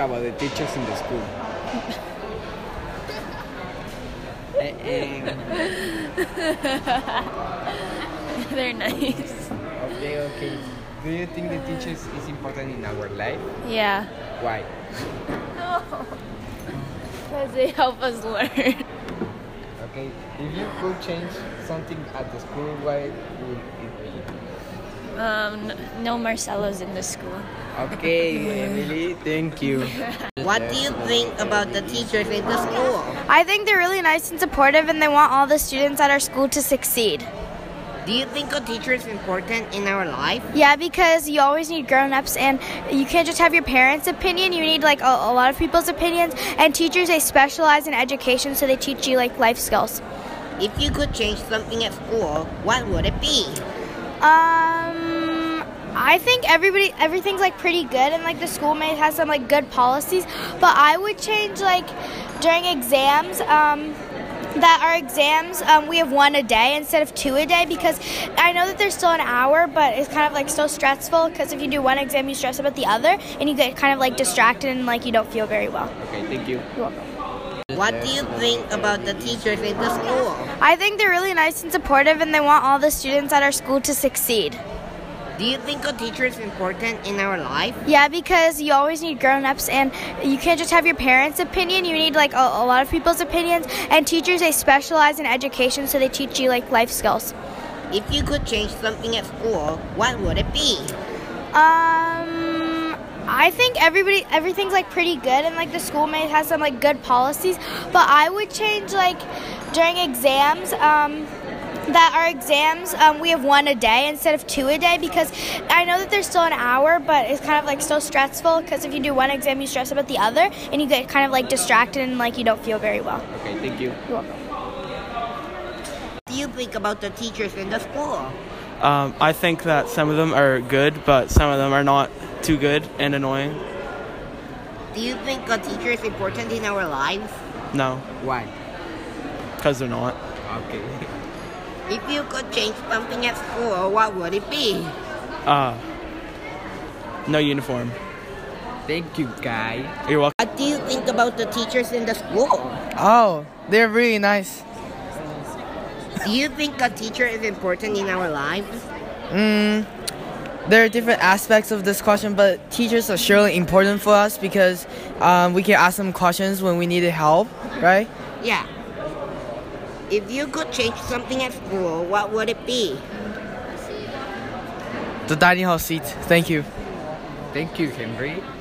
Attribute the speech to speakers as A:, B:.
A: about the teachers in the school. Eh, eh,
B: They're nice.
A: okay, okay. Do you think the teachers is important in our life?
B: Yeah.
A: Why?
B: No. Because they help us learn.
A: Okay, if you could change something at the school, why would it be?
B: Um, n- no Marcelos in the school.
A: Okay, Emily, thank you.
C: What do you think about the teachers in the school?
D: I think they're really nice and supportive, and they want all the students at our school to succeed.
C: Do you think a teacher is important in our life?
D: Yeah, because you always need grown ups, and you can't just have your parents' opinion. You need like a, a lot of people's opinions. And teachers, they specialize in education, so they teach you like life skills.
C: If you could change something at school, what would it be?
D: Um, I think everybody, everything's like pretty good, and like the schoolmate has some like good policies. But I would change like during exams. Um, that our exams um, we have one a day instead of two a day because I know that there's still an hour, but it's kind of like so stressful because if you do one exam, you stress about the other, and you get kind of like distracted and like you don't feel very well.
A: Okay, thank you.
C: What do you think about the teachers in the school?
D: I think they're really nice and supportive, and they want all the students at our school to succeed.
C: Do you think a teacher is important in our life?
D: Yeah, because you always need grown ups, and you can't just have your parents' opinion. You need like a, a lot of people's opinions. And teachers, they specialize in education, so they teach you like life skills.
C: If you could change something at school, what would it be?
D: Um, I think everybody, everything's like pretty good, and like the schoolmate has some like good policies. But I would change like during exams. Um, that our exams um, we have one a day instead of two a day because I know that there's still an hour, but it's kind of like so stressful because if you do one exam, you stress about the other, and you get kind of like distracted and like you don't feel very well.
A: Okay, thank you.
C: Do you think about the teachers in the school?
E: Um, I think that some of them are good, but some of them are not too good and annoying.
C: Do you think a teacher is important in our lives?
E: No,
A: Why?
E: because they're not.
A: Okay.
C: If you could change something at school, what would it be?
E: Uh, no uniform.
A: Thank you, guy.
E: You're welcome.
C: What do you think about the teachers in the school?
F: Oh, they're really nice.
C: Do you think a teacher is important in our lives?
F: Mm, there are different aspects of this question, but teachers are surely important for us because um, we can ask them questions when we needed help, right?
C: Yeah. If you could change something at school, what would it be?
F: The dining hall seat. Thank you.
A: Thank you, Henry.